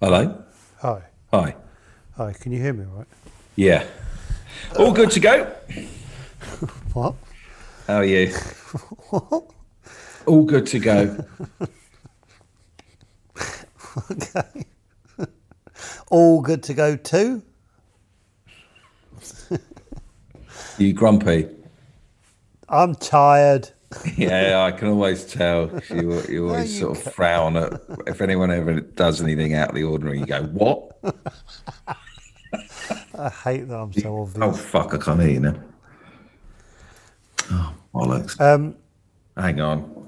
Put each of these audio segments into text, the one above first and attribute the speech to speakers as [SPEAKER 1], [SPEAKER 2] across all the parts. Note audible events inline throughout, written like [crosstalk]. [SPEAKER 1] Hello.
[SPEAKER 2] Hi.
[SPEAKER 1] Hi.
[SPEAKER 2] Hi. Can you hear me all right?
[SPEAKER 1] Yeah. All good to go.
[SPEAKER 2] What?
[SPEAKER 1] How are you? All good to go.
[SPEAKER 2] Okay. all good to go too?
[SPEAKER 1] You grumpy?
[SPEAKER 2] I'm tired.
[SPEAKER 1] Yeah, I can always tell. You, you always
[SPEAKER 2] you
[SPEAKER 1] sort of frown at if anyone ever does anything out of the ordinary. You go, "What?
[SPEAKER 2] I hate that I'm so obvious.
[SPEAKER 1] Oh fuck! I can't hear you now." Oh bollocks!
[SPEAKER 2] Um,
[SPEAKER 1] Hang on.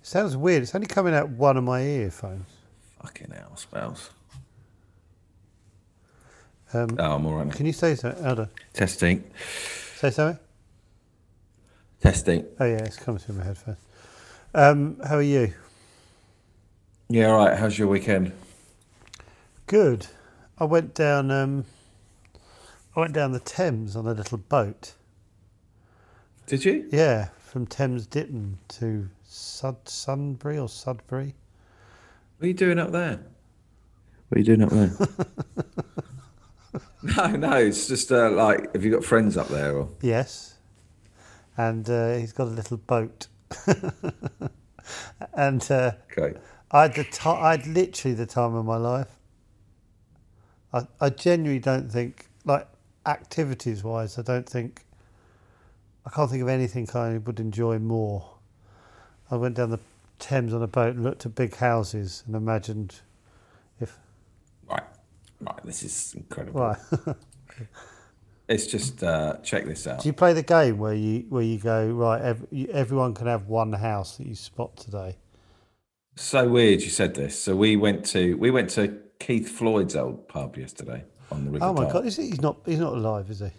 [SPEAKER 2] sounds weird. It's only coming out one of my earphones.
[SPEAKER 1] Fucking hell, spouse.
[SPEAKER 2] Um,
[SPEAKER 1] Oh, I'm all right. now.
[SPEAKER 2] Can you say something? Hold on.
[SPEAKER 1] Testing.
[SPEAKER 2] Say something?
[SPEAKER 1] Testing.
[SPEAKER 2] Oh, yeah, it's coming through my headphones. Um, how are you?
[SPEAKER 1] Yeah, all right. How's your weekend?
[SPEAKER 2] Good. I went down. Um, I went down the Thames on a little boat.
[SPEAKER 1] Did you?
[SPEAKER 2] Yeah, from Thames Ditton to Sud- Sunbury or Sudbury.
[SPEAKER 1] What are you doing up there? What are you doing up
[SPEAKER 2] [laughs]
[SPEAKER 1] there? no, no, it's just uh, like, have you got friends up there? Or
[SPEAKER 2] Yes. And uh, he's got a little boat. [laughs] and uh,
[SPEAKER 1] okay,
[SPEAKER 2] I had the ti I had literally the time of my life. I, I genuinely don't think, like activities wise, I don't think, I can't think of anything I would enjoy more. I went down the Thames on a boat and looked at big houses and imagined if,
[SPEAKER 1] right, right. This is incredible.
[SPEAKER 2] right. [laughs]
[SPEAKER 1] It's just uh, check this out.
[SPEAKER 2] Do you play the game where you where you go right? Ev- you- everyone can have one house that you spot today.
[SPEAKER 1] So weird you said this. So we went to we went to Keith Floyd's old pub yesterday on the river.
[SPEAKER 2] Oh my
[SPEAKER 1] Dart
[SPEAKER 2] god! Is he, he's not he's not alive, is he?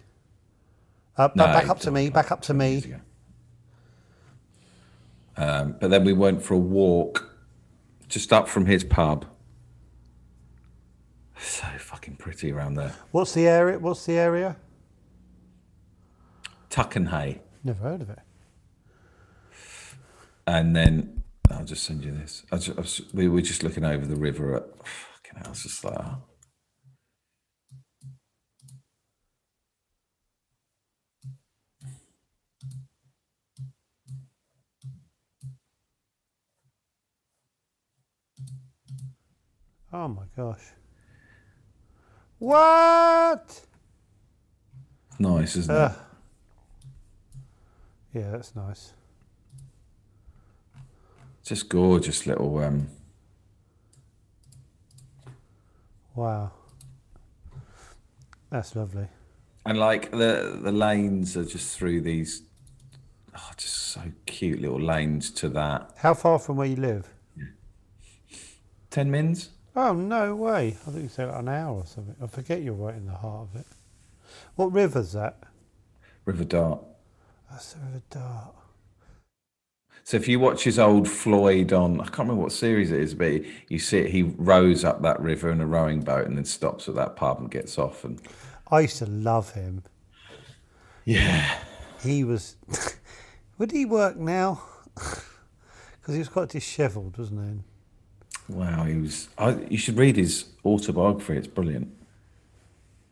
[SPEAKER 2] Uh,
[SPEAKER 1] No,
[SPEAKER 2] back
[SPEAKER 1] he
[SPEAKER 2] up to
[SPEAKER 1] died
[SPEAKER 2] me! Back up to
[SPEAKER 1] years
[SPEAKER 2] me!
[SPEAKER 1] ago. Um, but then we went for a walk just up from his pub. So fucking pretty around there.
[SPEAKER 2] What's the area? What's the area?
[SPEAKER 1] Tuckenhay.
[SPEAKER 2] Never heard of it.
[SPEAKER 1] And then I'll just send you this. I just, I was, we were just looking over the river at fucking hell, it's just like, oh.
[SPEAKER 2] Oh my gosh! What?
[SPEAKER 1] nice, isn't
[SPEAKER 2] Ugh.
[SPEAKER 1] it?
[SPEAKER 2] yeah, that's nice.
[SPEAKER 1] Just gorgeous little um
[SPEAKER 2] Wow, that's lovely.
[SPEAKER 1] and like the the lanes are just through these oh, just so cute little lanes to that.
[SPEAKER 2] How far from where you live?
[SPEAKER 1] Ten mins?
[SPEAKER 2] Oh no way! I think you said an hour or something. I forget you're right in the heart of it. What river's that?
[SPEAKER 1] River Dart.
[SPEAKER 2] That's the River Dart.
[SPEAKER 1] So if you watch his old Floyd on, I can't remember what series it is, but you see it, he rows up that river in a rowing boat and then stops at that pub and gets off. And
[SPEAKER 2] I used to love him.
[SPEAKER 1] yeah,
[SPEAKER 2] He was. [laughs] would he work now? [laughs] Because he was quite dishevelled, wasn't
[SPEAKER 1] wow, he was. I, you should read his autobiography. It's brilliant.
[SPEAKER 2] he?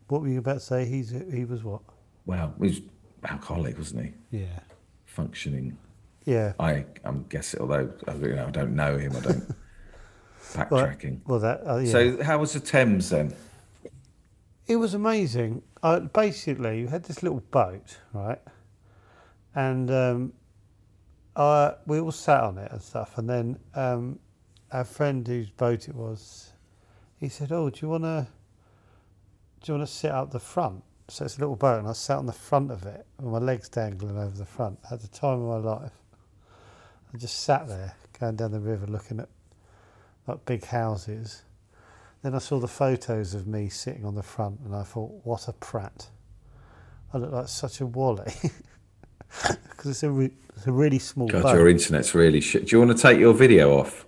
[SPEAKER 2] What were you about to say? He's he was what?
[SPEAKER 1] Wow, he was alcoholic, wasn't he?
[SPEAKER 2] Yeah.
[SPEAKER 1] Functioning.
[SPEAKER 2] Yeah.
[SPEAKER 1] I I'm guessing, although I, you know, I don't know him, I
[SPEAKER 2] [laughs]
[SPEAKER 1] don't
[SPEAKER 2] Well,
[SPEAKER 1] backtracking.
[SPEAKER 2] well that uh, yeah.
[SPEAKER 1] So how was the Thames then?
[SPEAKER 2] It was amazing. Uh, basically, you had this little boat, right? And um, uh, we all sat on it and stuff. And then um, our friend whose boat it was, he said, "Oh, do you want to? Do you want to sit up the front?" So it's a little boat, and I sat on the front of it with my legs dangling over the front. At the time of my life, I just sat there, going down the river, looking at like big houses. Then I saw the photos of me sitting on the front and I thought, what a prat. I look like such a wally. [laughs] Because it's, a re- it's a really small
[SPEAKER 1] God,
[SPEAKER 2] boat.
[SPEAKER 1] your internet's really shit. Do you want to take your video off?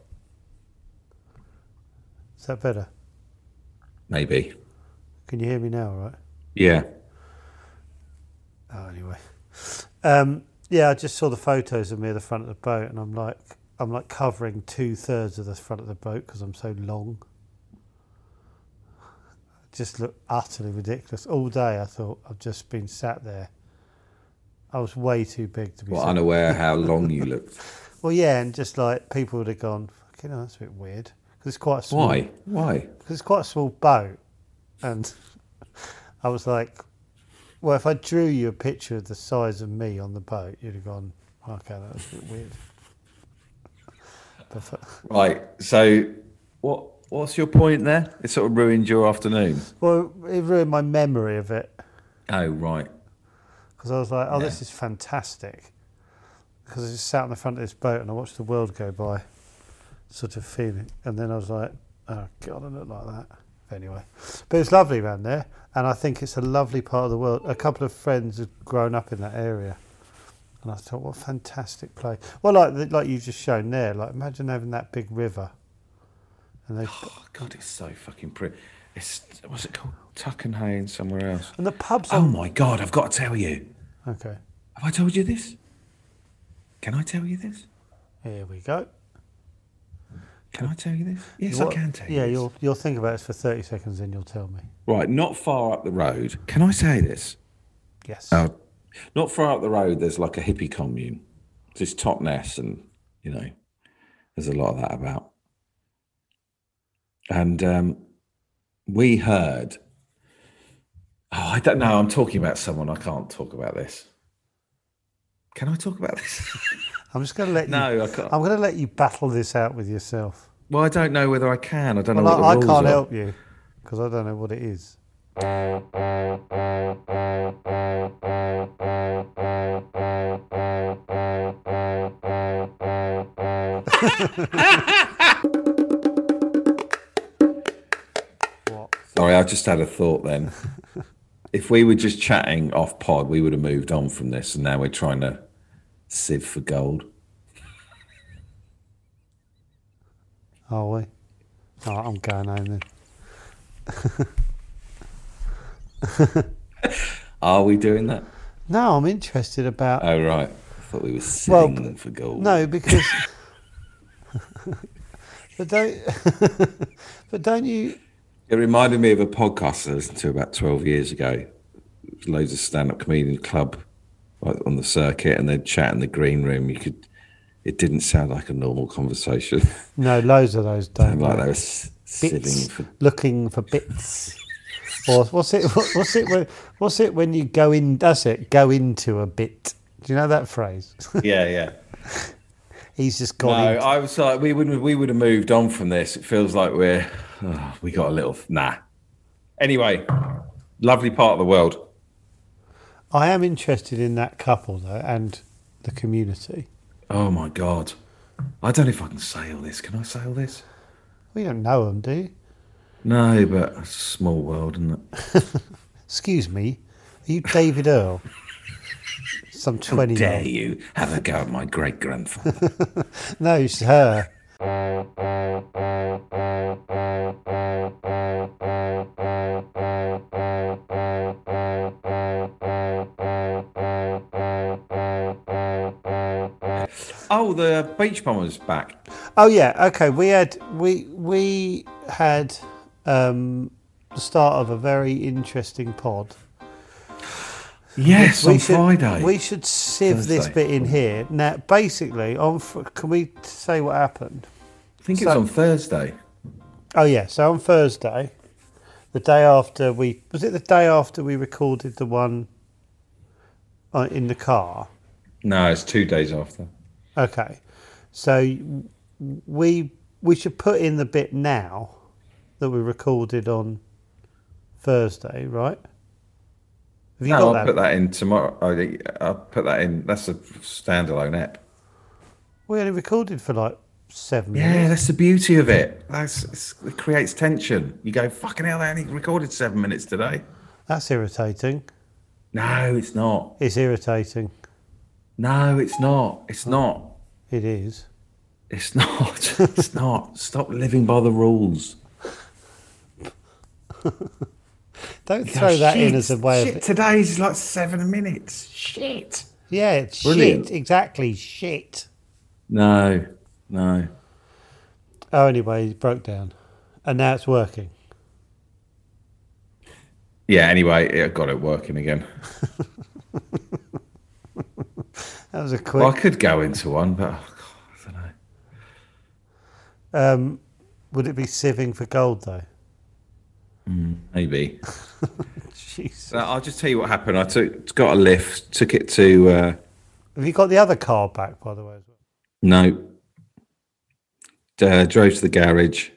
[SPEAKER 2] Is that better?
[SPEAKER 1] Maybe.
[SPEAKER 2] Can you hear me now, all right?
[SPEAKER 1] Yeah.
[SPEAKER 2] Oh, anyway. Um, yeah, I just saw the photos of me at the front of the boat and I'm like, I'm like covering two thirds of the front of the boat because I'm so long. Just look utterly ridiculous all day. I thought I've just been sat there. I was way too big to be.
[SPEAKER 1] Well,
[SPEAKER 2] sat.
[SPEAKER 1] unaware how long you look.
[SPEAKER 2] [laughs] Well, yeah, and just like people would have gone, fucking, hell, that's a bit weird because it's quite a small.
[SPEAKER 1] Why? Why?
[SPEAKER 2] because it's quite a small boat. And I was like, well, if I drew you a picture of the size of me on the boat, you'd have gone, okay, that was a bit weird. But f-
[SPEAKER 1] Right. So, what? What's your point there? It sort of ruined your afternoon.
[SPEAKER 2] well, it ruined my memory of it
[SPEAKER 1] Oh, right.
[SPEAKER 2] because I was like, oh,
[SPEAKER 1] Yeah.
[SPEAKER 2] this is fantastic. Because I just sat on the front of this boat and I watched the world go by, sort of feeling. And then I was like, oh, God, I look like that. Anyway, but it's lovely around there. And I think it's a lovely part of the world. A couple of friends have grown up in that area. And I thought, what a fantastic place. Well, like the, like you just shown there, like imagine having that big river. And, they,
[SPEAKER 1] Oh God, it's so fucking pretty. It's what's it called? Tuckenhay and somewhere else.
[SPEAKER 2] [sighs] and the pubs
[SPEAKER 1] Oh
[SPEAKER 2] on.
[SPEAKER 1] my God, I've got to tell you.
[SPEAKER 2] [coughs] Okay,
[SPEAKER 1] Have I told you this? Can I tell you this?
[SPEAKER 2] here we go.
[SPEAKER 1] Can I tell you this? Yes,
[SPEAKER 2] What-
[SPEAKER 1] I can tell you.
[SPEAKER 2] Yeah,
[SPEAKER 1] this.
[SPEAKER 2] you'll, you'll think about this for 30 seconds and you'll tell me.
[SPEAKER 1] Right, not far up the road. Can I say this?
[SPEAKER 2] Yes.
[SPEAKER 1] Oh. Not far up the road, there's like a hippie commune. There's Totnes, and you know, there's a lot of that about. And um, we heard. Oh, I don't know. I'm talking about someone. I can't talk about this. Can I talk about this? [laughs]
[SPEAKER 2] I'm just going to let you.
[SPEAKER 1] no, I can't.
[SPEAKER 2] I'm going to let you battle this out with yourself.
[SPEAKER 1] Well, I don't know whether I can. I don't
[SPEAKER 2] Well,
[SPEAKER 1] know.
[SPEAKER 2] I, I
[SPEAKER 1] what the rules
[SPEAKER 2] can't
[SPEAKER 1] are.
[SPEAKER 2] help you because I don't know what it is. what?
[SPEAKER 1] Sorry, I just had a thought
[SPEAKER 2] [laughs]
[SPEAKER 1] then. if we were just chatting off pod, we would have moved on from this, and now we're trying to sieve for gold.
[SPEAKER 2] Are we? Oh, I'm going home then.
[SPEAKER 1] Are we doing that?
[SPEAKER 2] No, I'm interested about.
[SPEAKER 1] Oh, right. I thought we were
[SPEAKER 2] Well,
[SPEAKER 1] sieving for gold.
[SPEAKER 2] No, because. [laughs] but don't. [laughs] but don't you?
[SPEAKER 1] It reminded me of a podcast I listened to about 12 years ago. There's loads of stand up comedian club like, on the circuit, and they'd chat in the green room. You could, it didn't sound like a normal conversation. [laughs]
[SPEAKER 2] No, loads of those don't.
[SPEAKER 1] And like
[SPEAKER 2] mate.
[SPEAKER 1] they were s- sieving
[SPEAKER 2] bits, [laughs]
[SPEAKER 1] for
[SPEAKER 2] looking for bits. or what's it? What, what's it? When, what's it when you go in? That's it. Go into a bit. Do you know that phrase? [laughs]
[SPEAKER 1] Yeah, yeah.
[SPEAKER 2] He's just
[SPEAKER 1] No,
[SPEAKER 2] gone. in.
[SPEAKER 1] I was like, we wouldn't. We would have moved on from this. It feels like we're oh, we got a little nah. Anyway, lovely part of the world.
[SPEAKER 2] I am interested in that couple though, and the community.
[SPEAKER 1] Oh my god, I don't know if I can say all this. Can I say all this?
[SPEAKER 2] We don't know them, do you?
[SPEAKER 1] No, but it's a small world, isn't it?
[SPEAKER 2] Excuse me. Are you David Earl?
[SPEAKER 1] [laughs] Oh,
[SPEAKER 2] Some twenty.
[SPEAKER 1] Dare you have a go at my great grandfather? [laughs]
[SPEAKER 2] No, it's her.
[SPEAKER 1] oh, the beach bomber's back.
[SPEAKER 2] Oh yeah, okay. We had we we had um, the start of a very interesting pod.
[SPEAKER 1] Yes, on
[SPEAKER 2] should,
[SPEAKER 1] Friday.
[SPEAKER 2] We should sieve this
[SPEAKER 1] Thursday.
[SPEAKER 2] bit in here. Now, basically, on fr- can we say what happened?
[SPEAKER 1] I think it was on Thursday.
[SPEAKER 2] Oh yeah, so on Thursday, the day after we was it the day after we recorded the one uh, in the car.
[SPEAKER 1] No, it's two days after.
[SPEAKER 2] Okay, so w- we we should put in the bit now that we recorded on Thursday, right? Have you
[SPEAKER 1] No, I'll
[SPEAKER 2] got
[SPEAKER 1] put
[SPEAKER 2] that?
[SPEAKER 1] that in tomorrow. I- I'll put that in. That's a standalone app.
[SPEAKER 2] We only recorded for like seven
[SPEAKER 1] Yeah,
[SPEAKER 2] minutes.
[SPEAKER 1] that's the beauty of it. That's it's, it creates tension. You go fucking hell. They only recorded seven minutes today.
[SPEAKER 2] That's irritating.
[SPEAKER 1] No, it's not.
[SPEAKER 2] It's irritating.
[SPEAKER 1] No, it's not. It's not.
[SPEAKER 2] It is.
[SPEAKER 1] It's [laughs] not. It's not. Stop living by the rules.
[SPEAKER 2] Don't throw that in
[SPEAKER 1] Shit,
[SPEAKER 2] as a way
[SPEAKER 1] shit.
[SPEAKER 2] of
[SPEAKER 1] Today's is like seven minutes. Shit.
[SPEAKER 2] yeah, it's
[SPEAKER 1] Brilliant.
[SPEAKER 2] shit. Exactly, shit.
[SPEAKER 1] No, No.
[SPEAKER 2] Oh, anyway, it broke down, and now it's working.
[SPEAKER 1] Yeah. Anyway, it got it working again.
[SPEAKER 2] That was a quick.
[SPEAKER 1] Well, I could go into one, but oh, God, I don't know.
[SPEAKER 2] Um, would it be sieving for gold though?
[SPEAKER 1] Maybe.
[SPEAKER 2] Jesus.
[SPEAKER 1] So I'll just tell you what happened. I took got a lift, took it to uh,
[SPEAKER 2] Have you got the other car back, by the way? as well?
[SPEAKER 1] no, uh, drove to the garage.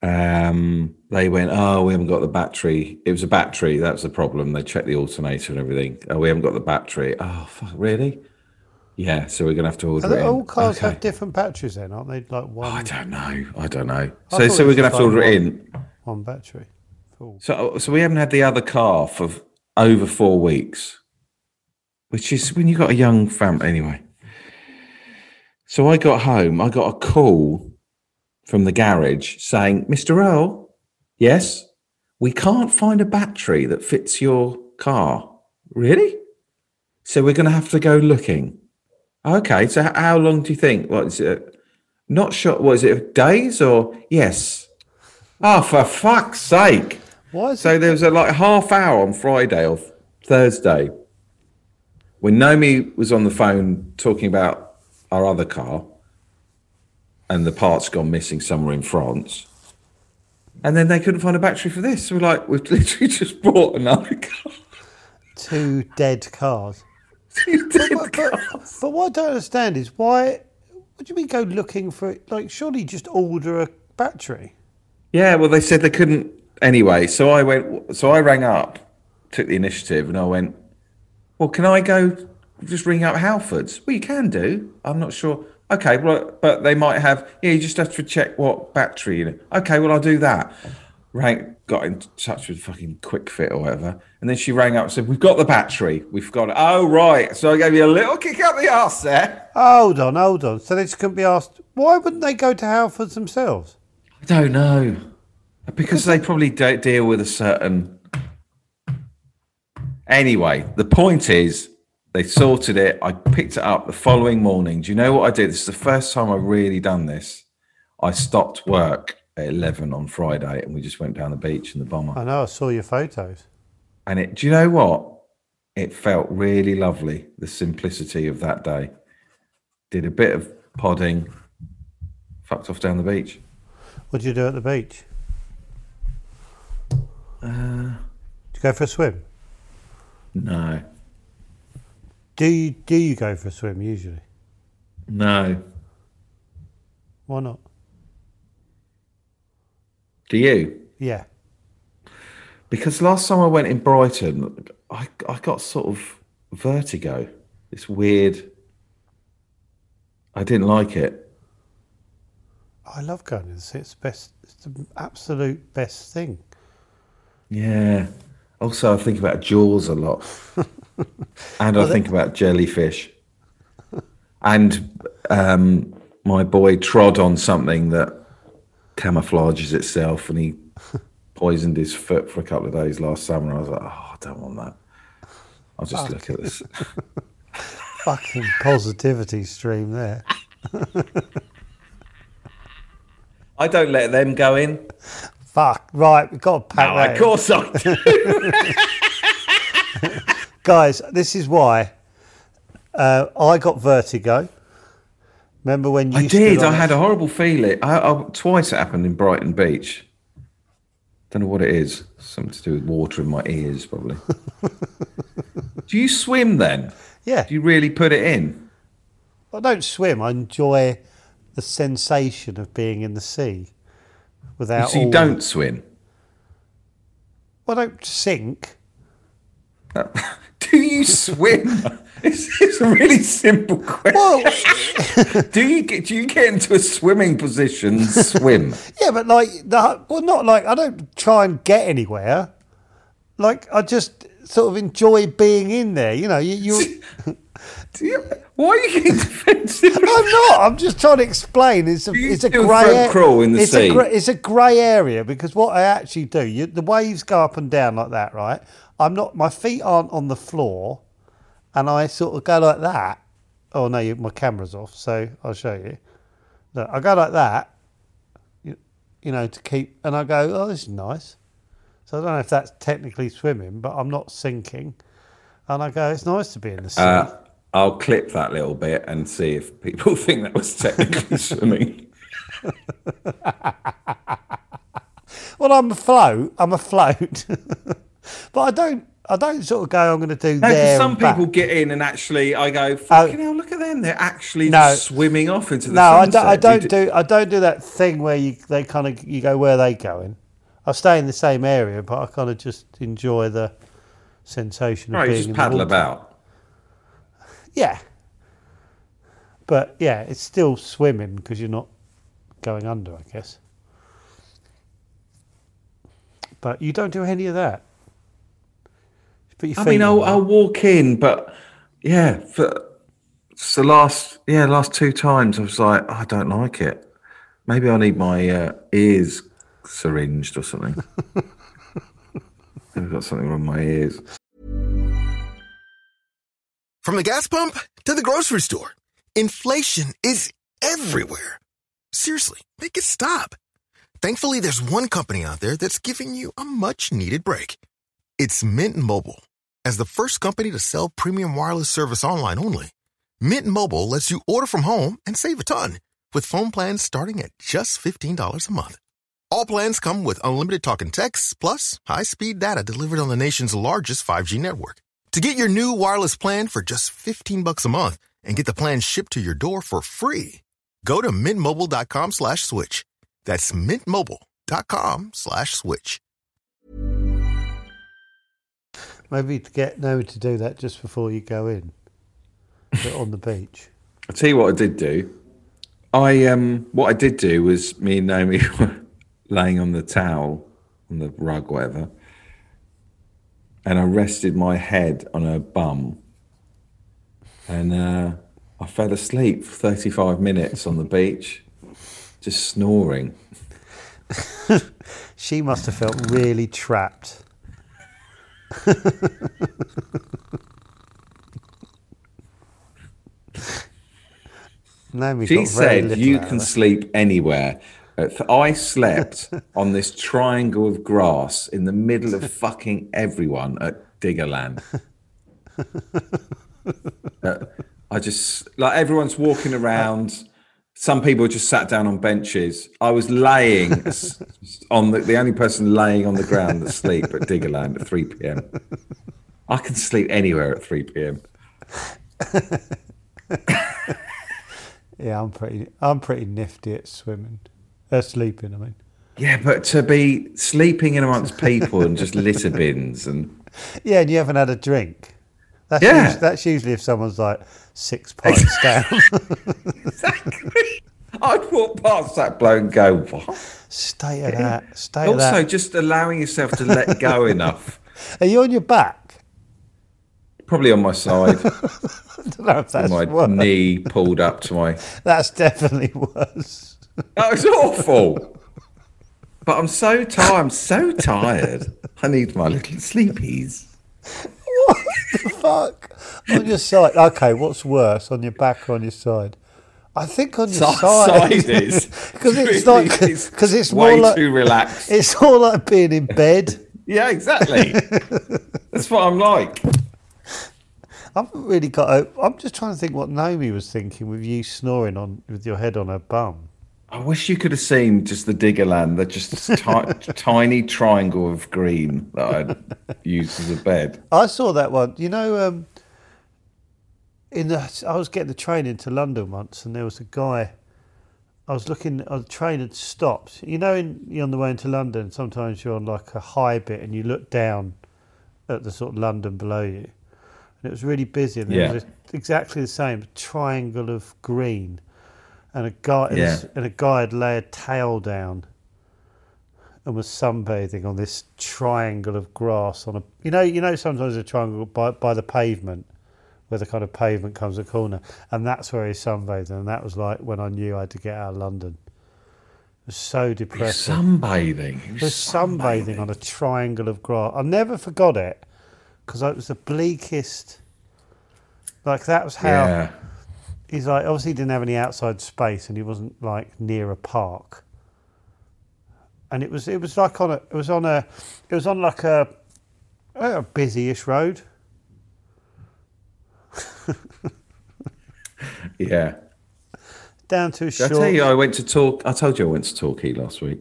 [SPEAKER 1] Um, they went, oh, we haven't got the battery. It was a battery. That's the problem. They checked the alternator and everything. Oh, we haven't got the battery. Oh, fuck, really? Yeah. So we're gonna have to order
[SPEAKER 2] Are they-
[SPEAKER 1] it. in.
[SPEAKER 2] all cars
[SPEAKER 1] Okay. Oh,
[SPEAKER 2] have different batteries then, aren't they? Like one,
[SPEAKER 1] I don't know. I don't know.
[SPEAKER 2] I
[SPEAKER 1] so,
[SPEAKER 2] thought
[SPEAKER 1] so
[SPEAKER 2] it
[SPEAKER 1] we're
[SPEAKER 2] was
[SPEAKER 1] gonna have
[SPEAKER 2] just
[SPEAKER 1] to
[SPEAKER 2] like
[SPEAKER 1] order it
[SPEAKER 2] one.
[SPEAKER 1] in.
[SPEAKER 2] one battery. Cool.
[SPEAKER 1] So, so we haven't had the other car for over four weeks, which is when you got a young family anyway. So I got home, I got a call from the garage saying, Mr. Earl, yes, we can't find a battery that fits your car. Really? So we're going to have to go looking. Okay. So h- how long do you think? What is it? Not sure. Was it days or yes? Oh, for fuck's sake.
[SPEAKER 2] Why is
[SPEAKER 1] So
[SPEAKER 2] it?
[SPEAKER 1] there was a like half hour on Friday or Thursday when Naomi was on the phone talking about our other car and the parts gone missing somewhere in France. And then they couldn't find a battery for this. So we're like, we've [laughs] literally just bought another car. [laughs]
[SPEAKER 2] two dead cars?
[SPEAKER 1] You did [laughs]
[SPEAKER 2] But, but what I don't understand is why. What do you mean go looking for it? Like, surely just order a battery.
[SPEAKER 1] Yeah, well, they said they couldn't anyway. So I went. So I rang up, took the initiative, and I went. Well, can I go? Just ring up Halfords. Well, you can do. I'm not sure. Okay, well, but they might have. Yeah, you just have to check what battery. You know. Okay, well, I'll do that. Rang got in touch with fucking Quick Fit or whatever, and then she rang up and said, "We've got the battery. We've got it." Oh right. So I gave you a little kick up the arse there.
[SPEAKER 2] Hold on, hold on. So they just couldn't be asked. Why wouldn't they go to Halfords themselves?
[SPEAKER 1] I don't know. Because they probably don't deal with a certain. Anyway, the point is, they sorted it. I picked it up the following morning. Do you know what I did? This is the first time I've really done this. I stopped work at 11 on Friday and we just went down the beach in the bomber.
[SPEAKER 2] I know. I saw your photos.
[SPEAKER 1] And it, do you know what? It felt really lovely, the simplicity of that day. Did a bit of podding, fucked off down the beach.
[SPEAKER 2] What do you do at the beach?
[SPEAKER 1] Uh,
[SPEAKER 2] do you go for a swim?
[SPEAKER 1] No,
[SPEAKER 2] Do you do you go for a swim usually?
[SPEAKER 1] no.
[SPEAKER 2] Why not?
[SPEAKER 1] Do you?
[SPEAKER 2] Yeah.
[SPEAKER 1] Because last time I went in Brighton, I, I got sort of vertigo. It's weird. I didn't like it.
[SPEAKER 2] I love going to the sea. It's best. It's the absolute best thing.
[SPEAKER 1] Yeah. Also, I think about jaws a lot. and I think about jellyfish. And um, my boy trod on something that camouflages itself and he poisoned his foot for a couple of days last summer. I was like, oh, I don't want that. I'll just look at this. [laughs]
[SPEAKER 2] Fucking positivity stream there.
[SPEAKER 1] I don't let them go in.
[SPEAKER 2] Fuck. Right, we've got to pack
[SPEAKER 1] Oh,
[SPEAKER 2] that.
[SPEAKER 1] of
[SPEAKER 2] in.
[SPEAKER 1] course
[SPEAKER 2] [laughs]
[SPEAKER 1] I do.
[SPEAKER 2] Guys, this is why uh, I got vertigo. Remember when you
[SPEAKER 1] I
[SPEAKER 2] stood
[SPEAKER 1] did.
[SPEAKER 2] on
[SPEAKER 1] I
[SPEAKER 2] it?
[SPEAKER 1] had a horrible feeling. I, I, twice it happened in Brighton Beach. Don't know what it is. Something to do with water in my ears,
[SPEAKER 2] [laughs]
[SPEAKER 1] probably. do you swim then?
[SPEAKER 2] yeah.
[SPEAKER 1] Do you really put it in?
[SPEAKER 2] I don't swim. I enjoy the sensation of being in the sea without.
[SPEAKER 1] So you
[SPEAKER 2] all-
[SPEAKER 1] don't swim.
[SPEAKER 2] Well, I don't sink.
[SPEAKER 1] Do you swim?
[SPEAKER 2] [laughs]
[SPEAKER 1] it's, it's a really simple question.
[SPEAKER 2] Well,
[SPEAKER 1] Do you get do you get into a swimming position? and Swim.
[SPEAKER 2] [laughs] yeah, but like the well, not like I don't try and get anywhere. Like I just sort of enjoy being in there. You know, you. you
[SPEAKER 1] do you, why are you getting defensive?
[SPEAKER 2] [laughs] I'm not. I'm just trying to explain. It's a
[SPEAKER 1] you
[SPEAKER 2] it's a
[SPEAKER 1] do a
[SPEAKER 2] grey
[SPEAKER 1] front crawl in the
[SPEAKER 2] it's
[SPEAKER 1] sea?
[SPEAKER 2] A grey, it's a grey area because what I actually do, you, the waves go up and down like that, right? I'm not. My feet aren't on the floor, and I sort of go like that. Oh no, you, my camera's off, so I'll show you. Look, I go like that, you, you know, to keep, and I go, oh, this is nice. So I don't know if that's technically swimming, but I'm not sinking. And I go, it's nice to be in the sea.
[SPEAKER 1] Uh, I'll clip that little bit and see if people [laughs] think that was
[SPEAKER 2] [laughs]
[SPEAKER 1] technically swimming.
[SPEAKER 2] well, I'm afloat. I'm afloat. [laughs] but I don't. I don't sort of go. I'm going to do
[SPEAKER 1] No, 'cause
[SPEAKER 2] there.
[SPEAKER 1] some
[SPEAKER 2] and back. Oh.
[SPEAKER 1] people get in and actually, I go, fucking hell, look at them. They're actually
[SPEAKER 2] No.
[SPEAKER 1] swimming off into the
[SPEAKER 2] No, I don't.
[SPEAKER 1] sunset.
[SPEAKER 2] I don't
[SPEAKER 1] You
[SPEAKER 2] do. I don't do that thing where you they kind of you go where are they going. I stay in the same area, but I kind of just enjoy the sensation of
[SPEAKER 1] Right,
[SPEAKER 2] being
[SPEAKER 1] you just
[SPEAKER 2] in
[SPEAKER 1] paddle
[SPEAKER 2] the water.
[SPEAKER 1] about.
[SPEAKER 2] Yeah, but yeah, it's still swimming because you're not going under, I guess. But you don't do any of that. You put your
[SPEAKER 1] I
[SPEAKER 2] feet
[SPEAKER 1] mean,
[SPEAKER 2] in
[SPEAKER 1] I'll,
[SPEAKER 2] there.
[SPEAKER 1] I'll walk in, but yeah, for it's the last, yeah, last two times, I was like, "Oh, I don't like it. Maybe I need my uh, ears syringed or
[SPEAKER 2] [laughs]
[SPEAKER 1] something. I've got something wrong with my ears.
[SPEAKER 3] From the gas pump to the grocery store, inflation is everywhere. Seriously, make it stop. Thankfully, there's one company out there that's giving you a much needed break. It's Mint Mobile. As the first company to sell premium wireless service online only, Mint Mobile lets you order from home and save a ton with phone plans starting at just $15 a month. All plans come with unlimited talk and text, plus high-speed data delivered on the nation's largest 5G network. To get your new wireless plan for just 15 bucks a month and get the plan shipped to your door for free, go to mintmobile.com slash switch. That's mintmobile.com slash switch.
[SPEAKER 2] Maybe to get know to do that just before you go in, but on the beach.
[SPEAKER 1] I'll tell you what I did do. I um what I did do was me and Naomi [laughs] were laying on the towel on the rug, whatever, and I rested my head on her bum. And uh, I fell asleep for 35 minutes on the beach, just snoring.
[SPEAKER 2] She must have felt really trapped. Naomi's
[SPEAKER 1] She
[SPEAKER 2] got very
[SPEAKER 1] said
[SPEAKER 2] little
[SPEAKER 1] you
[SPEAKER 2] out of
[SPEAKER 1] can
[SPEAKER 2] her.
[SPEAKER 1] sleep anywhere. Uh, th- I
[SPEAKER 2] [laughs]
[SPEAKER 1] slept on this triangle of grass in the middle of fucking everyone at
[SPEAKER 2] [laughs]
[SPEAKER 1] Diggerland. Uh, I just like everyone's walking around. Some people just sat down on benches. I was laying s- on the, the only person laying on the ground asleep at Diggerland at 3 p.m. I can sleep anywhere at 3 p.m.
[SPEAKER 2] Yeah, I'm pretty. I'm pretty nifty at swimming, uh, sleeping. I mean,
[SPEAKER 1] Yeah, but to be sleeping in amongst people and just litter bins and [laughs]
[SPEAKER 2] yeah, and you haven't had a drink. That's
[SPEAKER 1] Yeah.
[SPEAKER 2] usu- that's usually if someone's like
[SPEAKER 1] [laughs]
[SPEAKER 2] six pints down. [laughs]
[SPEAKER 1] exactly. I'd walk past that bloke and go, what?
[SPEAKER 2] Stay at that. Stay at
[SPEAKER 1] Also,
[SPEAKER 2] that.
[SPEAKER 1] just allowing yourself to let
[SPEAKER 2] [laughs]
[SPEAKER 1] go enough.
[SPEAKER 2] Are you on your back?
[SPEAKER 1] Probably on my side,
[SPEAKER 2] I don't know if that's
[SPEAKER 1] my
[SPEAKER 2] worse.
[SPEAKER 1] knee pulled up to my.
[SPEAKER 2] That's definitely worse.
[SPEAKER 1] That was awful. But I'm so tired. I'm so tired. I need my little sleepies.
[SPEAKER 2] Fuck. On your side. Okay, what's worse? On your back or on your side? I think on your
[SPEAKER 1] Side,
[SPEAKER 2] side.
[SPEAKER 1] side is
[SPEAKER 2] [laughs] 'Cause it's like- 'cause it's more
[SPEAKER 1] way
[SPEAKER 2] like-
[SPEAKER 1] too relaxed.
[SPEAKER 2] It's all like being in bed.
[SPEAKER 1] Yeah,
[SPEAKER 2] [laughs]
[SPEAKER 1] exactly. That's what I'm like.
[SPEAKER 2] I haven't really got. A, I'm just trying to think what Naomi was thinking with you snoring on with your head on her bum.
[SPEAKER 1] I wish you could have seen just the Diggerland, the just this ti- tiny triangle of green that I used as a bed.
[SPEAKER 2] I saw that one. You know, um, in the I was getting the train into London once, and there was a guy. I was looking. uh, The train had stopped. You know, in, you're on the way into London. Sometimes you're on like a high bit, and you look down at the sort of London below you, and it was really busy. And there
[SPEAKER 1] Yeah.
[SPEAKER 2] was a- exactly the same triangle of green, and a guy and,
[SPEAKER 1] Yeah.
[SPEAKER 2] a, and a guy had laid tail down and was sunbathing on this triangle of grass on a you know you know sometimes a triangle by, by the pavement where the kind of pavement comes a corner and that's where he's sunbathing and that was like when I knew I had to get out of London it was so depressing
[SPEAKER 1] Sunbathing. It was
[SPEAKER 2] was sunbathing on a triangle of grass. I never forgot it because it was the bleakest. Like that was how
[SPEAKER 1] Yeah.
[SPEAKER 2] he's like obviously he didn't have any outside space and he wasn't like near a park. And it was it was like on a it was on a it was on like a a busy-ish road.
[SPEAKER 1] Yeah.
[SPEAKER 2] Down to a
[SPEAKER 1] Did I tell
[SPEAKER 2] short
[SPEAKER 1] you I went to talk? I told you I went to Torquay last week.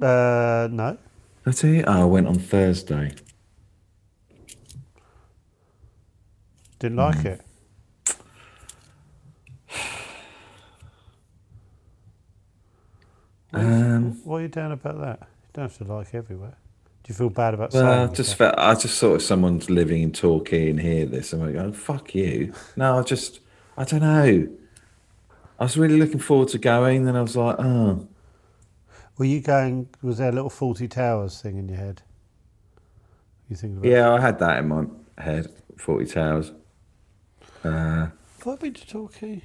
[SPEAKER 2] uh no.
[SPEAKER 1] Did I tell you? Oh, I went on Thursday.
[SPEAKER 2] Didn't
[SPEAKER 1] Hmm.
[SPEAKER 2] like it. Um, what are you down about that? You don't have to like everywhere. Do you feel bad about
[SPEAKER 1] Well, I
[SPEAKER 2] saying
[SPEAKER 1] just
[SPEAKER 2] just
[SPEAKER 1] felt I just thought if someone's living in Torquay and hear this, I'm going, fuck you. No, I just I don't know. I was really looking forward to going, then I was like, oh,
[SPEAKER 2] Were you going? Was there a little Forty Towers thing in your head? You thinking about?
[SPEAKER 1] yeah, I had that in my head. Forty Towers.
[SPEAKER 2] Have I been to Torquay?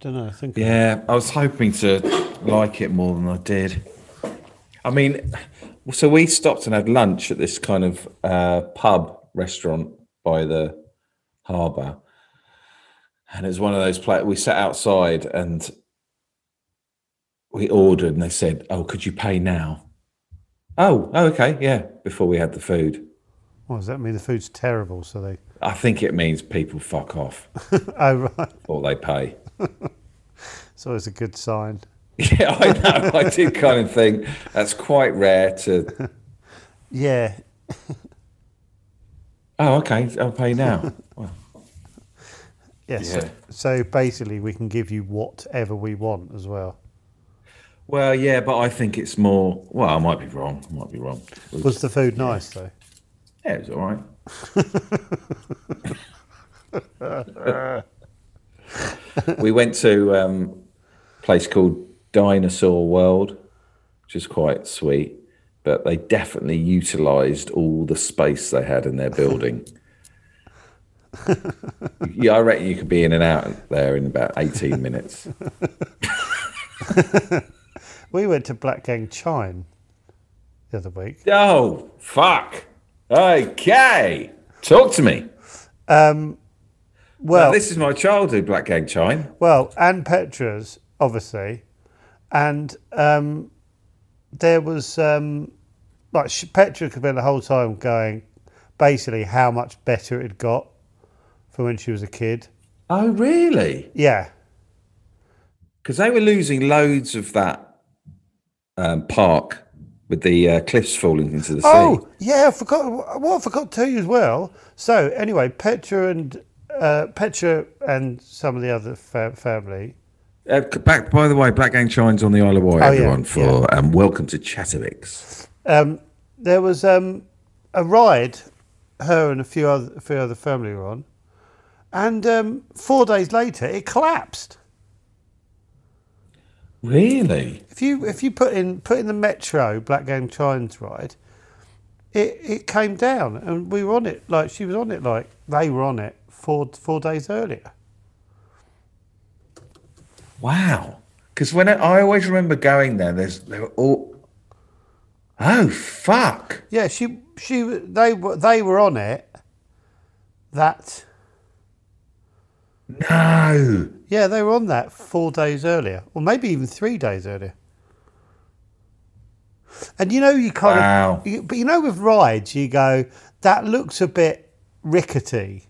[SPEAKER 2] Don't know. I think.
[SPEAKER 1] Yeah, I was hoping to like it more than I did. I mean, so we stopped and had lunch at this kind of uh, pub restaurant by the harbour, and it was one of those places. We sat outside and we ordered, and they said, "Oh, could you pay now?" Oh, oh, okay, yeah. Before we had the food,
[SPEAKER 2] Well, oh, does that mean the food's terrible? So they. [laughs]
[SPEAKER 1] I think it means people fuck off
[SPEAKER 2] oh right.
[SPEAKER 1] or they pay. [laughs]
[SPEAKER 2] It's always a good sign.
[SPEAKER 1] Yeah, I know. I did kind of think that's quite rare to
[SPEAKER 2] Yeah.
[SPEAKER 1] Oh, okay. I'll pay now. Well,
[SPEAKER 2] Yes.
[SPEAKER 1] Yeah.
[SPEAKER 2] So, so basically, we can give you whatever we want as well.
[SPEAKER 1] well, yeah, but I think it's more. Well, I might be wrong. I might be wrong.
[SPEAKER 2] Was the food nice though?
[SPEAKER 1] Yeah, it was all right. we went to um, a place called Dinosaur World, which is quite sweet, but they definitely utilised all the space they had in their building. yeah, I reckon you could be in and out there in about 18 minutes.
[SPEAKER 2] We went to Black Gang Chine the other week.
[SPEAKER 1] Oh, fuck. Okay. Talk to me.
[SPEAKER 2] Um, Well,
[SPEAKER 1] this is my childhood black gang chime.
[SPEAKER 2] well, and Petra's obviously, and um, there was um, like sh- Petra could be the whole time going, basically how much better it had got from when she was a kid.
[SPEAKER 1] Oh, really?
[SPEAKER 2] Yeah,
[SPEAKER 1] Because they were losing loads of that um, park with the uh, cliffs falling into the sea.
[SPEAKER 2] Oh, yeah, I forgot what I forgot to tell you as well. So anyway, Petra and uh, Petra and some of the other fa- family.
[SPEAKER 1] Uh, back, by the way, Black Gang Chine's on the Isle of Wight,
[SPEAKER 2] Oh, yeah,
[SPEAKER 1] everyone, for um, welcome to Chatterix.
[SPEAKER 2] Um, there was um, a ride her and a few other a few other family were on, and um, four days later it collapsed.
[SPEAKER 1] Really?
[SPEAKER 2] If you if you put in put in the Metro Black Game Chines ride, it it came down and we were on it like she was on it like they were on it four four days earlier.
[SPEAKER 1] Wow. Because when I, I always remember going there, there's they were all. Oh fuck!
[SPEAKER 2] Yeah, she she they were they were on it. That
[SPEAKER 1] No.
[SPEAKER 2] yeah, they were on that four days earlier, or maybe even three days earlier. And you know you kind
[SPEAKER 1] Wow.
[SPEAKER 2] of, you, but you know with rides you go that looks a bit rickety,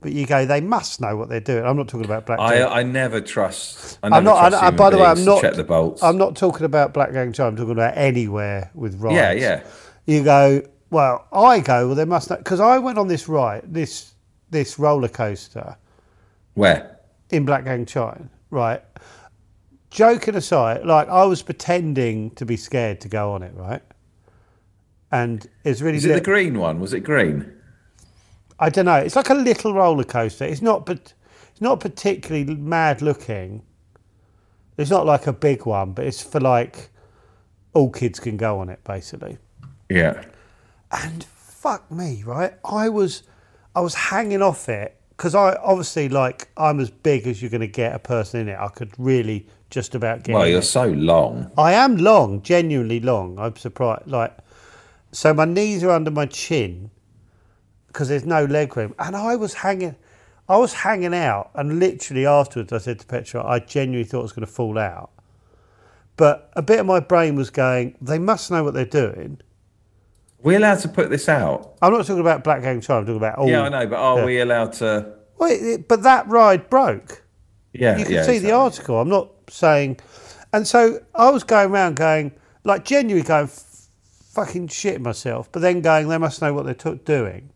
[SPEAKER 2] but you go they must know what they're doing. I'm not talking about black.
[SPEAKER 1] I,
[SPEAKER 2] Gang.
[SPEAKER 1] I never trust. I never
[SPEAKER 2] I'm not.
[SPEAKER 1] Trust
[SPEAKER 2] I, I,
[SPEAKER 1] human
[SPEAKER 2] by the way,
[SPEAKER 1] beings
[SPEAKER 2] I'm
[SPEAKER 1] to
[SPEAKER 2] not.
[SPEAKER 1] Check the bolts.
[SPEAKER 2] I'm not talking about black gang China, I'm talking about anywhere with rides.
[SPEAKER 1] yeah, yeah.
[SPEAKER 2] you go well i go well there must not because i went on this ride this this roller coaster
[SPEAKER 1] Where?
[SPEAKER 2] in black gang chine right joking aside like i was pretending to be scared to go on it right and it's really
[SPEAKER 1] Is it the
[SPEAKER 2] lit-
[SPEAKER 1] green one? Was it green?
[SPEAKER 2] i don't know it's like a little roller coaster it's not but it's not particularly mad looking it's not like a big one but it's for like all kids can go on it basically
[SPEAKER 1] Yeah.
[SPEAKER 2] and fuck me, right? I was, I was hanging off it because I obviously like I'm as big as you're going to get a person in it. I could really just about get.
[SPEAKER 1] Well,
[SPEAKER 2] in
[SPEAKER 1] you're
[SPEAKER 2] it.
[SPEAKER 1] so long.
[SPEAKER 2] I am long, genuinely long. I'm surprised. Like, so my knees are under my chin, because there's no leg room. And I was hanging, I was hanging out, and literally afterwards, I said to Petra, I genuinely thought I was going to fall out. But a bit of my brain was going, they must know what they're doing.
[SPEAKER 1] We're allowed to put this out.
[SPEAKER 2] I'm not talking about Black Gang China. I'm talking about all.
[SPEAKER 1] Yeah, I know, but are we allowed to?
[SPEAKER 2] Well, it- it- but that ride broke.
[SPEAKER 1] Yeah,
[SPEAKER 2] you can
[SPEAKER 1] yeah,
[SPEAKER 2] see the article. I'm not saying, and so I was going around going like genuinely going f- fucking shit myself, but then going they must know what they're to doing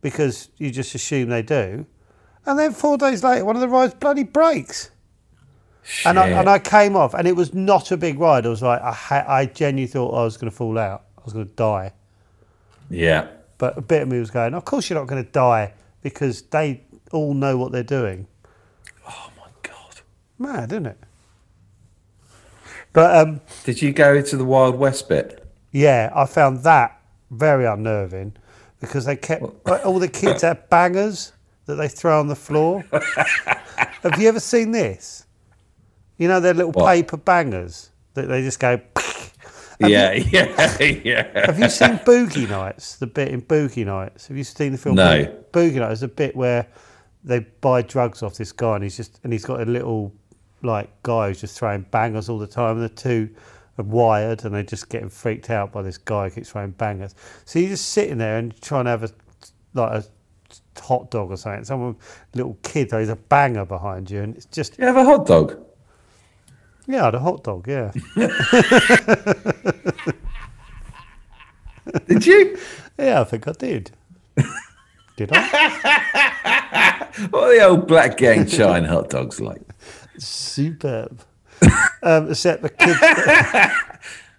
[SPEAKER 2] because you just assume they do, and then four days later one of the rides bloody breaks,
[SPEAKER 1] Shit.
[SPEAKER 2] and I and I came off, and it was not a big ride. I was like I ha- I genuinely thought I was going to fall out, I was going to die,
[SPEAKER 1] yeah,
[SPEAKER 2] but a bit of me was going, of course you're not going to die because they all know what they're doing.
[SPEAKER 1] Oh, my God.
[SPEAKER 2] Mad, isn't it? But um,
[SPEAKER 1] Did you go to the Wild West bit?
[SPEAKER 2] yeah, I found that very unnerving because they kept but all the kids had bangers that they throw on the floor. Have you ever seen this? You know, their little
[SPEAKER 1] What?
[SPEAKER 2] paper bangers that they just go. [laughs]
[SPEAKER 1] yeah, [laughs] yeah, yeah.
[SPEAKER 2] Have you seen Boogie Nights? The bit in Boogie Nights. Have you seen the film?
[SPEAKER 1] No.
[SPEAKER 2] Boogie Nights is a bit where they buy drugs off this guy, and he's just and he's got a little like guy who's just throwing bangers all the time. And the two are wired, and they're just getting freaked out by this guy who keeps throwing bangers. So you're just sitting there and trying to have a like a hot dog or something. Someone little kid throws a banger behind you, and it's just
[SPEAKER 1] You have a hot dog.
[SPEAKER 2] yeah, I had a hot dog, yeah.
[SPEAKER 1] Did you?
[SPEAKER 2] yeah, I think I did. [laughs] Did I?
[SPEAKER 1] what are the old black gang shine hot dogs like?
[SPEAKER 2] Superb. um, except
[SPEAKER 1] [laughs]
[SPEAKER 2] the kids.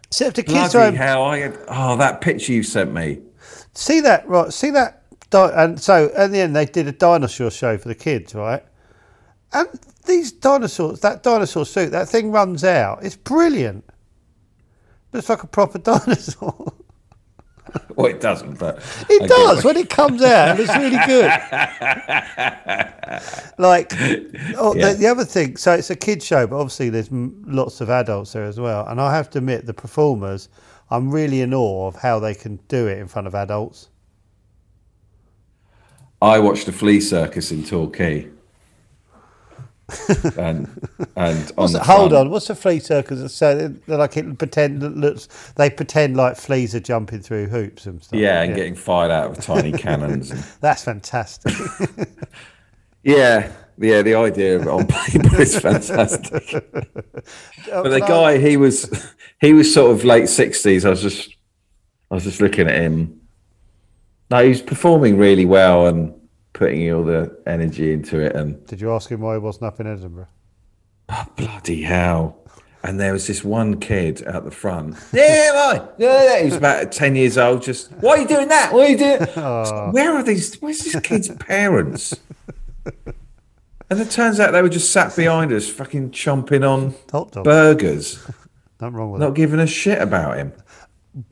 [SPEAKER 2] except the kids
[SPEAKER 1] Bloody
[SPEAKER 2] throwing.
[SPEAKER 1] hell! I oh that picture you sent me.
[SPEAKER 2] See that right? See that. Di- and so at the end they did a dinosaur show for the kids, right? And these dinosaurs, that dinosaur suit, that thing runs out. It's brilliant. Looks like a proper [laughs] dinosaur.
[SPEAKER 1] Well, it doesn't, but
[SPEAKER 2] It
[SPEAKER 1] I get
[SPEAKER 2] does
[SPEAKER 1] what-
[SPEAKER 2] when it comes out. It's really
[SPEAKER 1] [laughs]
[SPEAKER 2] good. like, oh,
[SPEAKER 1] Yeah.
[SPEAKER 2] the, the other thing. So it's a kid show, but obviously there's m- lots of adults there as well. And I have to admit, the performers, I'm really in awe of how they can do it in front of adults.
[SPEAKER 1] I watched a flea circus in
[SPEAKER 2] [laughs]
[SPEAKER 1] Torquay. and and on
[SPEAKER 2] What's
[SPEAKER 1] the
[SPEAKER 2] the- hold
[SPEAKER 1] front-
[SPEAKER 2] on, what's the flea circus? that- So that that like it pretend that looks. They pretend like fleas are jumping through hoops and stuff.
[SPEAKER 1] yeah, and getting fired out of
[SPEAKER 2] [laughs]
[SPEAKER 1] tiny cannons. And,
[SPEAKER 2] that's fantastic. [laughs]
[SPEAKER 1] yeah, yeah, the idea of it on paper
[SPEAKER 2] [laughs]
[SPEAKER 1] is fantastic.
[SPEAKER 2] Oh,
[SPEAKER 1] but the guy, he was, he was sort of late sixties. I was just, I was just looking at him. No, he was performing really well and putting all the energy into it, and
[SPEAKER 2] Did you ask him why he wasn't up in Edinburgh?
[SPEAKER 1] Bloody hell. And there was this one kid at the front. [laughs] Yeah, right. Yeah, yeah. He was about 10 years old. Just, why are you doing that? Why are you [laughs] doing? I was like, Where are these? Where's this [laughs] kid's parents? And it turns out they were just sat behind us, fucking chomping on
[SPEAKER 2] Hot dog.
[SPEAKER 1] burgers,
[SPEAKER 2] Nothing wrong with that.
[SPEAKER 1] not giving a shit about him.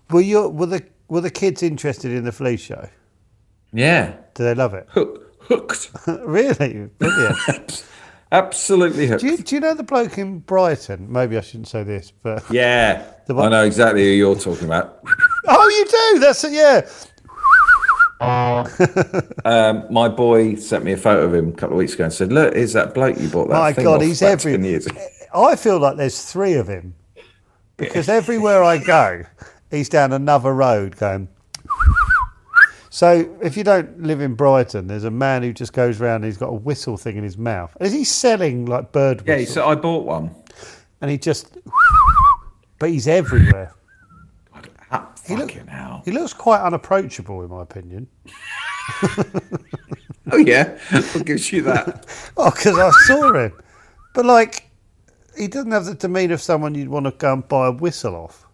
[SPEAKER 2] Were you were the were the kids interested in the flea show?
[SPEAKER 1] Yeah.
[SPEAKER 2] Do they love it? [laughs]
[SPEAKER 1] Hook, hooked.
[SPEAKER 2] really? Brilliant.
[SPEAKER 1] Absolutely hooked.
[SPEAKER 2] do, you, do you know the bloke in Brighton? Maybe I shouldn't say this, but [laughs]
[SPEAKER 1] yeah.
[SPEAKER 2] one-
[SPEAKER 1] I know exactly who you're talking about.
[SPEAKER 2] oh, you do. That's it. Yeah.
[SPEAKER 1] My boy sent me a photo of him a couple of weeks ago and said, "Look, here's that bloke you bought that
[SPEAKER 2] My
[SPEAKER 1] thing
[SPEAKER 2] God,
[SPEAKER 1] off
[SPEAKER 2] he's
[SPEAKER 1] about
[SPEAKER 2] every-
[SPEAKER 1] 10 years ago."
[SPEAKER 2] I feel like there's three of him because everywhere I go, he's down another road going. So if you don't live in Brighton, there's a man who just goes round. and He's got a whistle thing in his mouth. Is he selling like bird
[SPEAKER 1] Yeah,
[SPEAKER 2] whistles?
[SPEAKER 1] he said, "I bought one."
[SPEAKER 2] and he just, [laughs] but he's everywhere.
[SPEAKER 1] Ah, fucking hell!
[SPEAKER 2] He looks quite unapproachable, in my opinion.
[SPEAKER 1] Oh yeah, [laughs] I'll give you that.
[SPEAKER 2] Oh, because I saw him. But, like, he doesn't have the demeanour of someone you'd want to go and buy a whistle off.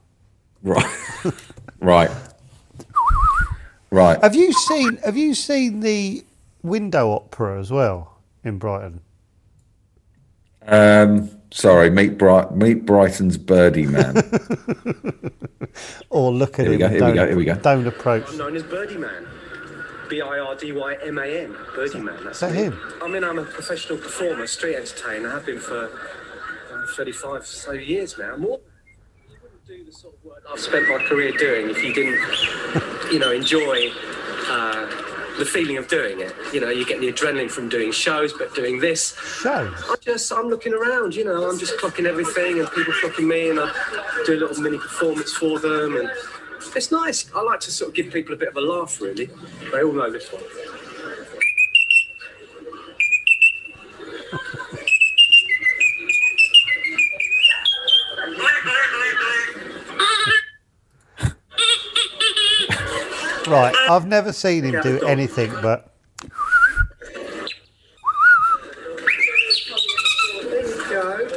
[SPEAKER 1] [laughs] right, right, right.
[SPEAKER 2] Have you seen Have you seen the window opera as well in Brighton?
[SPEAKER 1] Um, sorry, meet Bright, meet Brighton's birdie [laughs] man.
[SPEAKER 2] Or look at
[SPEAKER 1] Here we
[SPEAKER 2] him.
[SPEAKER 1] go, here
[SPEAKER 2] and
[SPEAKER 1] we
[SPEAKER 2] don't-
[SPEAKER 1] go, here we go.
[SPEAKER 2] Don't approach.
[SPEAKER 4] I'm known as Birdieman. B I R D Y M A N. Birdieman. That's
[SPEAKER 2] is that
[SPEAKER 4] me.
[SPEAKER 2] him?
[SPEAKER 4] I mean, I'm a professional performer, street entertainer. I have been for um, 35 so years now. More. You wouldn't do the sort of work I've spent my career doing if you didn't, you know, enjoy uh, the feeling of doing it. You know, you get the adrenaline from doing shows, but doing this,
[SPEAKER 2] Shows.
[SPEAKER 4] I just, I'm looking around, you know, I'm just clocking everything and people clocking me and I do a little mini performance for them and it's nice. I like to sort of give people a bit of a laugh, really. They all know this one.
[SPEAKER 2] Right. I've never seen him do
[SPEAKER 4] Yeah.
[SPEAKER 2] anything but
[SPEAKER 4] There you go.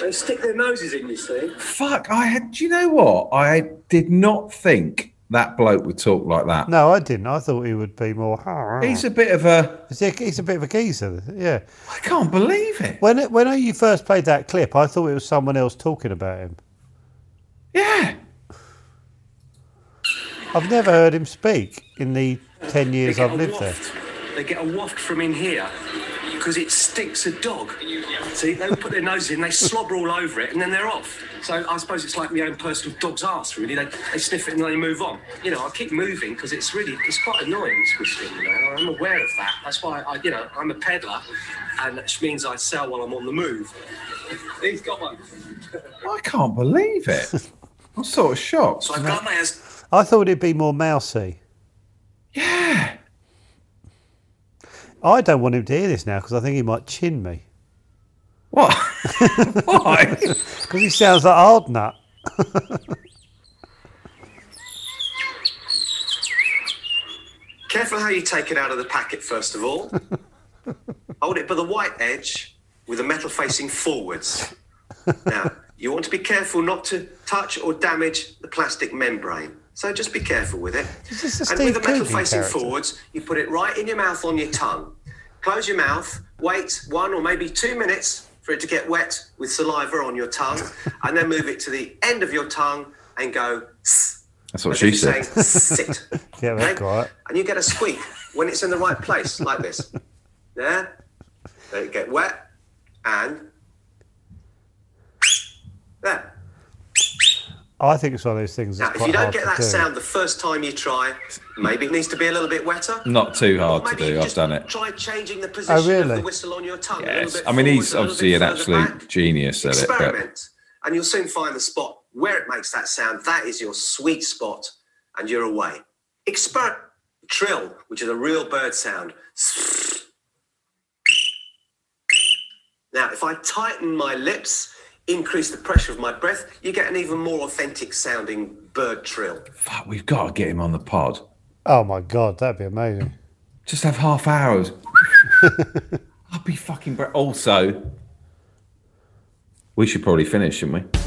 [SPEAKER 4] They stick their noses in, you see.
[SPEAKER 1] Fuck, I had. Do you know what? I did not think that bloke would talk like that.
[SPEAKER 2] no, I didn't. I thought he would be more.
[SPEAKER 1] He's a bit of a.
[SPEAKER 2] He's a, he's a bit of a geezer. Yeah.
[SPEAKER 1] I can't believe it.
[SPEAKER 2] When it, when you first played that clip, I thought it was someone else talking about him.
[SPEAKER 1] Yeah.
[SPEAKER 2] I've never heard him speak in the ten years I've lived there.
[SPEAKER 4] waft. They get a waft from in here because it stinks of dog. See, they put their noses in, they slobber all over it, and then they're off. So I suppose it's like my own personal dog's ass, really. They, they sniff it and then they move on. You know, I keep moving because it's really, it's quite annoying, this whistling, you know. I'm aware of that. That's why, I, you know, I'm a peddler, and which means I sell while I'm on the move. He's got one.
[SPEAKER 1] I can't believe [laughs] it. I'm sort of shocked.
[SPEAKER 4] So I've got my ass.
[SPEAKER 2] I thought it'd be more mousy.
[SPEAKER 1] Yeah.
[SPEAKER 2] I don't want him to hear this now because I think he might chin me
[SPEAKER 1] What? [laughs] Why?
[SPEAKER 2] because he sounds like hard nut.
[SPEAKER 4] Careful how you take it out of the packet, first
[SPEAKER 2] [laughs]
[SPEAKER 4] of all. Hold it by the white edge with the metal facing forwards. Now, you want to be careful not to touch or damage the plastic membrane. So just be careful with it.
[SPEAKER 2] Is this a
[SPEAKER 4] and
[SPEAKER 2] Steve
[SPEAKER 4] with the metal
[SPEAKER 2] Coogan
[SPEAKER 4] facing
[SPEAKER 2] character?
[SPEAKER 4] forwards, you put it right in your mouth on your tongue. Close your mouth, wait one or maybe two minutes for it to get wet with saliva on your tongue, and then move it to the end of your tongue and go.
[SPEAKER 1] That's what she
[SPEAKER 4] saying,
[SPEAKER 1] said.
[SPEAKER 4] sit.
[SPEAKER 1] [laughs]
[SPEAKER 2] Yeah, that's right.
[SPEAKER 4] And you get a squeak when it's in the right place, like this. Yeah. Let it get wet and there.
[SPEAKER 2] I think it's one of those things
[SPEAKER 4] Now,
[SPEAKER 2] that's
[SPEAKER 4] if
[SPEAKER 2] quite
[SPEAKER 4] you don't
[SPEAKER 2] hard
[SPEAKER 4] get
[SPEAKER 2] to
[SPEAKER 4] that
[SPEAKER 2] do.
[SPEAKER 4] sound the first time you try, maybe it needs to be a little bit wetter.
[SPEAKER 1] Not too hard to
[SPEAKER 4] Maybe you
[SPEAKER 1] do. I've
[SPEAKER 4] just
[SPEAKER 1] done it.
[SPEAKER 4] Try changing the position of
[SPEAKER 2] Oh, really?
[SPEAKER 4] the whistle on your tongue. a little
[SPEAKER 1] Yes.
[SPEAKER 4] bit
[SPEAKER 1] I mean, he's
[SPEAKER 4] forwards, a
[SPEAKER 1] obviously
[SPEAKER 4] little
[SPEAKER 1] an
[SPEAKER 4] bit further
[SPEAKER 1] absolute
[SPEAKER 4] back.
[SPEAKER 1] genius at it. But
[SPEAKER 4] experiment and you'll soon find the spot where it makes that sound that is your sweet spot and you're away experiment trill which is a real bird sound now if i tighten my lips increase the pressure of my breath you get an even more authentic sounding bird trill
[SPEAKER 1] fuck, we've got to get him on the pod.
[SPEAKER 2] Oh my god, that'd be amazing.
[SPEAKER 1] Just have half hours. I'd be fucking. Bra- also, we should probably finish, shouldn't we?